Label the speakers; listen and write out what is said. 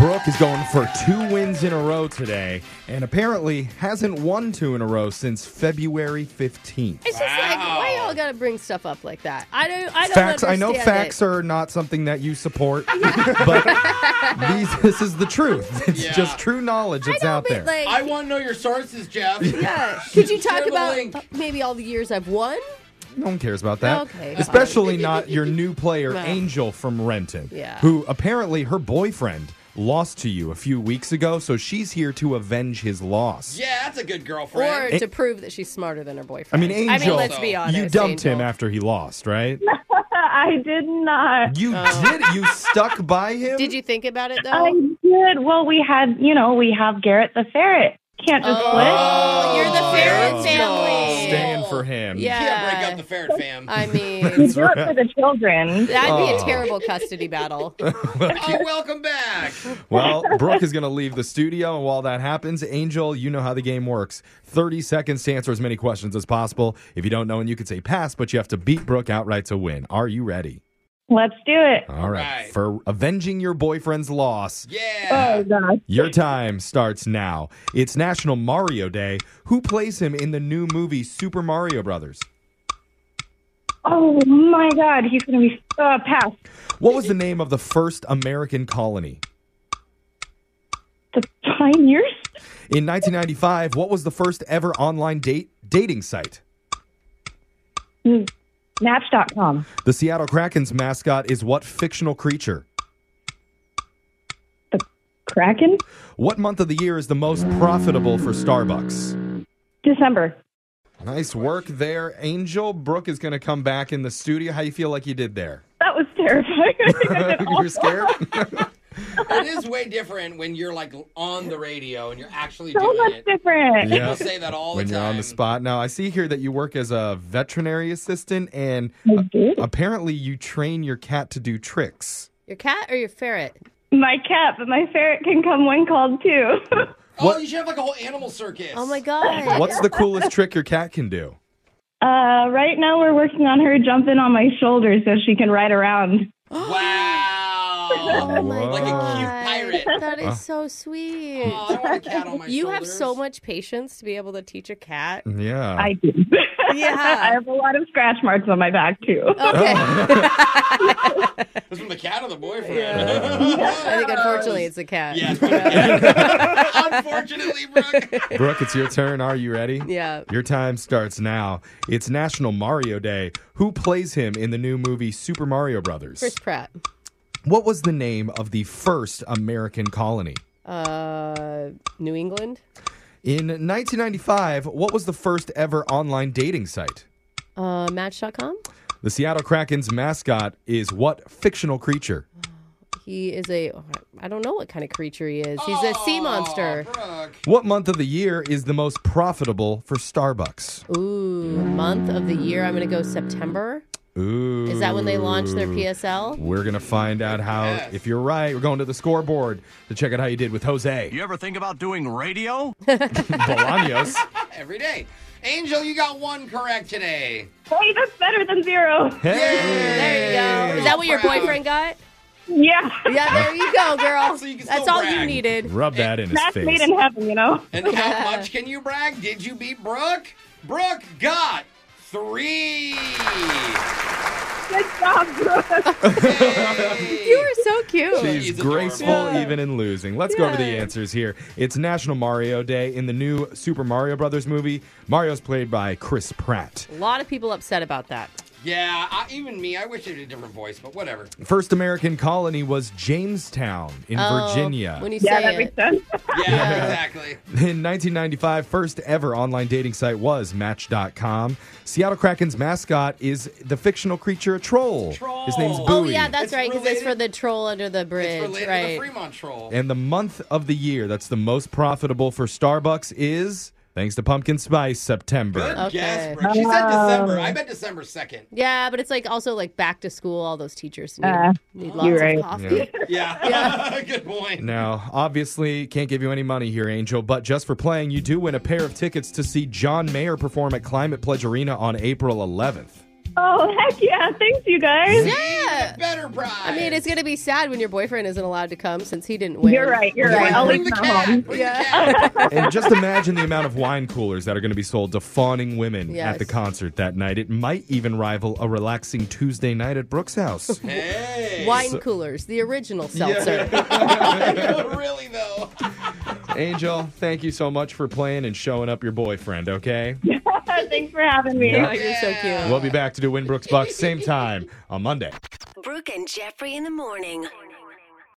Speaker 1: Buck is going for two wins in a row today, and apparently hasn't won two in a row since February 15th.
Speaker 2: It's just like why y'all gotta bring stuff up like that? I don't. I don't
Speaker 1: Facts. I know
Speaker 2: understand
Speaker 1: facts
Speaker 2: it.
Speaker 1: are not something that you support, but these, this is the truth. It's
Speaker 3: Yeah.
Speaker 1: just true knowledge that's
Speaker 2: I
Speaker 1: out there.
Speaker 2: don't mean,
Speaker 3: I
Speaker 2: like.
Speaker 3: want to know your sources, Jeff.
Speaker 2: yeah. Could you talk
Speaker 3: Share the
Speaker 2: about
Speaker 3: link.
Speaker 2: maybe all the years I've won?
Speaker 1: No one cares about that.
Speaker 2: Okay, fine.
Speaker 1: Especially not your new player,
Speaker 2: Well.
Speaker 1: Angel from Renton,
Speaker 2: Yeah.
Speaker 1: who apparently her boyfriend lost to you a few weeks ago, so she's here to avenge his loss.
Speaker 3: Yeah, that's a good
Speaker 2: Or
Speaker 3: girlfriend.
Speaker 2: to prove that she's smarter than her
Speaker 1: I
Speaker 2: boyfriend.
Speaker 1: mean, Angel,
Speaker 2: let's be honest.
Speaker 1: you dumped him
Speaker 2: Angel.
Speaker 1: after he lost, right?
Speaker 4: I did not.
Speaker 1: You did. You stuck by him.
Speaker 2: Uh. Did you think about it though?
Speaker 4: I did. Well, we had, you know, we have Garrett the ferret. Can't just
Speaker 2: Oh, you're the ferret
Speaker 1: Oh.
Speaker 2: family.
Speaker 1: Stand for him.
Speaker 2: Yeah.
Speaker 3: You can't break up the ferret fam.
Speaker 2: I
Speaker 4: split.
Speaker 2: mean,
Speaker 4: You do it for the
Speaker 2: that'd
Speaker 4: children.
Speaker 2: be a
Speaker 1: Oh.
Speaker 2: terrible custody battle.
Speaker 3: oh, welcome back.
Speaker 1: Well, Brooke is going to leave the studio, and while that happens, Angel, you know how the game works. 30 seconds to answer as many questions as possible. If you don't know, and you can say pass, but you have to beat Brooke outright to win. Are you ready?
Speaker 4: Let's do it.
Speaker 1: All right.
Speaker 3: right.
Speaker 1: For avenging your boyfriend's loss,
Speaker 3: Yeah.
Speaker 4: Oh, gosh.
Speaker 1: your time starts now. It's National Mario Day. Who plays him in the new movie Super Mario Brothers?
Speaker 4: Oh, my God. He's going to be uh, passed.
Speaker 1: What was the name of the first American colony?
Speaker 4: The pioneers?
Speaker 1: In 1995, what was the first ever online date dating site?
Speaker 4: Mm, Match.com.
Speaker 1: The Seattle Kraken's mascot is what fictional creature?
Speaker 4: The Kraken?
Speaker 1: What month of the year is the most profitable for Starbucks?
Speaker 4: December.
Speaker 1: Nice work there, Angel. Brooke is going to come back in the studio. How you feel like you did there?
Speaker 4: That was terrifying. I think I did
Speaker 1: you were scared? Oh.
Speaker 3: it is way different when you're like on the radio and you're actually
Speaker 4: so
Speaker 3: doing
Speaker 4: much
Speaker 3: it.
Speaker 4: different.
Speaker 1: Yeah.
Speaker 3: People say that all
Speaker 1: when
Speaker 3: the
Speaker 1: you're
Speaker 3: time.
Speaker 1: on the spot. Now, I see here that you work as a veterinary assistant, and
Speaker 4: I did.
Speaker 1: apparently you train your cat to do tricks.
Speaker 2: Your cat or your ferret?
Speaker 4: My cat, but my ferret can come when called too.
Speaker 3: Oh, you should have like a whole animal circus.
Speaker 2: Oh my god!
Speaker 1: What's the coolest trick your cat can do?
Speaker 4: uh, right now, we're working on her jumping on my shoulder so she can ride around.
Speaker 3: Wow. Oh,
Speaker 1: my
Speaker 3: Like a cute pirate.
Speaker 2: Oh That is so sweet.
Speaker 3: Oh, I want a cat on my
Speaker 2: You have
Speaker 3: shoulders.
Speaker 2: so much patience to be able to teach a cat.
Speaker 1: Yeah.
Speaker 4: I do. I
Speaker 2: Yeah.
Speaker 4: have a lot of scratch marks on my back too.
Speaker 2: Oh. Okay.
Speaker 3: This from the cat or the boyfriend?
Speaker 2: I think unfortunately it's a cat.
Speaker 3: Yes, but yeah. Unfortunately, Brooke.
Speaker 1: Brooke, it's your turn. Are you ready?
Speaker 2: Yeah.
Speaker 1: Your time starts now. It's National Mario Day. Who plays him in the new movie Super Mario Brothers?
Speaker 2: Chris Pratt.
Speaker 1: What was the name of the first American colony?
Speaker 2: Uh, New England.
Speaker 1: In 1995, what was the first ever online dating site?
Speaker 2: Uh, Match.com.
Speaker 1: The Seattle Kraken's mascot is what fictional creature?
Speaker 2: He is a. I don't know what kind of creature he is. He's a sea monster.
Speaker 3: Oh, Brooke.
Speaker 1: What month of the year is the most profitable for Starbucks?
Speaker 2: Ooh, month of the year. I'm gonna go September.
Speaker 1: Ooh.
Speaker 2: Is that when they launch their PSL?
Speaker 1: We're going to find out how,
Speaker 3: Yes.
Speaker 1: if you're right, we're going to the scoreboard to check out how you did with Jose
Speaker 5: You ever think about doing radio?
Speaker 1: Bolaños.
Speaker 3: Every day. Angel, you got one correct today.
Speaker 4: Hey, that's better than zero.
Speaker 2: There you go. Is that what your
Speaker 3: Proud.
Speaker 2: boyfriend got?
Speaker 4: Yeah,
Speaker 2: Yeah, there you go, girl.
Speaker 3: So you can
Speaker 2: That's
Speaker 3: still
Speaker 2: all you
Speaker 3: brag.
Speaker 2: needed.
Speaker 1: Rub that in his
Speaker 4: that's
Speaker 1: face.
Speaker 4: made in heaven, you know.
Speaker 3: And how much can you brag? Did you beat Brooke? Brooke got three.
Speaker 4: Good job, Brooke.
Speaker 3: Yay.
Speaker 2: You are so cute.
Speaker 1: She's
Speaker 3: He's
Speaker 1: graceful
Speaker 3: adorable.
Speaker 1: even in losing. Let's go over the
Speaker 2: Yeah.
Speaker 1: answers here. It's National Mario Day in the new Super Mario Brothers movie. Mario's played by Chris Pratt.
Speaker 2: A lot of people upset about that.
Speaker 3: yeah, I, even me. I wish it had a different voice, but whatever.
Speaker 1: First American colony was Jamestown in Virginia.
Speaker 2: Oh, When you
Speaker 4: Yeah, that
Speaker 2: say
Speaker 4: makes
Speaker 2: it.
Speaker 4: sense.
Speaker 3: Yeah, exactly.
Speaker 1: in 1995, first ever online dating site was Match.com. Seattle Kraken's mascot is the fictional creature a troll.
Speaker 3: Troll.
Speaker 1: His name's Bowie.
Speaker 2: Oh yeah, that's
Speaker 3: It's
Speaker 2: right. Because it's
Speaker 3: related-
Speaker 2: for the troll under the bridge,
Speaker 3: It's related to
Speaker 2: right?
Speaker 3: the Fremont Troll.
Speaker 1: And the month of the year that's the most profitable for Starbucks is, thanks to pumpkin spice, September.
Speaker 3: Good
Speaker 2: Okay.
Speaker 3: guess, Brooke. She said December. I bet December 2nd.
Speaker 2: yeah, but it's like also like back to school. All those teachers need,
Speaker 4: Uh,
Speaker 2: need
Speaker 4: you're
Speaker 2: lots
Speaker 4: right.
Speaker 2: of coffee.
Speaker 3: Yeah. Good point.
Speaker 1: Now, obviously, can't give you any money here, Angel, but just for playing, you do win a pair of tickets to see John Mayer perform at Climate Pledge Arena on April 11th.
Speaker 4: Oh, heck yeah. Thanks, you guys.
Speaker 2: Yeah.
Speaker 3: Better prize.
Speaker 2: I mean, it's gonna be sad when your boyfriend isn't allowed to come since he didn't win.
Speaker 4: You're right. You're
Speaker 3: Yeah,
Speaker 4: right. I'll
Speaker 3: bring
Speaker 4: leave
Speaker 3: the
Speaker 4: them
Speaker 3: cat.
Speaker 4: home.
Speaker 3: Bring the
Speaker 2: Yeah.
Speaker 3: cat.
Speaker 1: And just imagine the amount of wine coolers that are going to be sold to fawning women
Speaker 2: Yes.
Speaker 1: at the concert that night. It might even rival a relaxing Tuesday night at Brooks' house.
Speaker 3: Hey.
Speaker 2: Wine coolers, the original seltzer.
Speaker 3: really though.
Speaker 1: Angel, thank you so much for playing and showing up your boyfriend, okay?
Speaker 4: Thanks for having me.
Speaker 1: Yeah.
Speaker 2: Oh, you're so cute.
Speaker 1: We'll be back to do Winbrooks Bucks same time on Monday.
Speaker 6: Brooke and Jeffrey in the morning.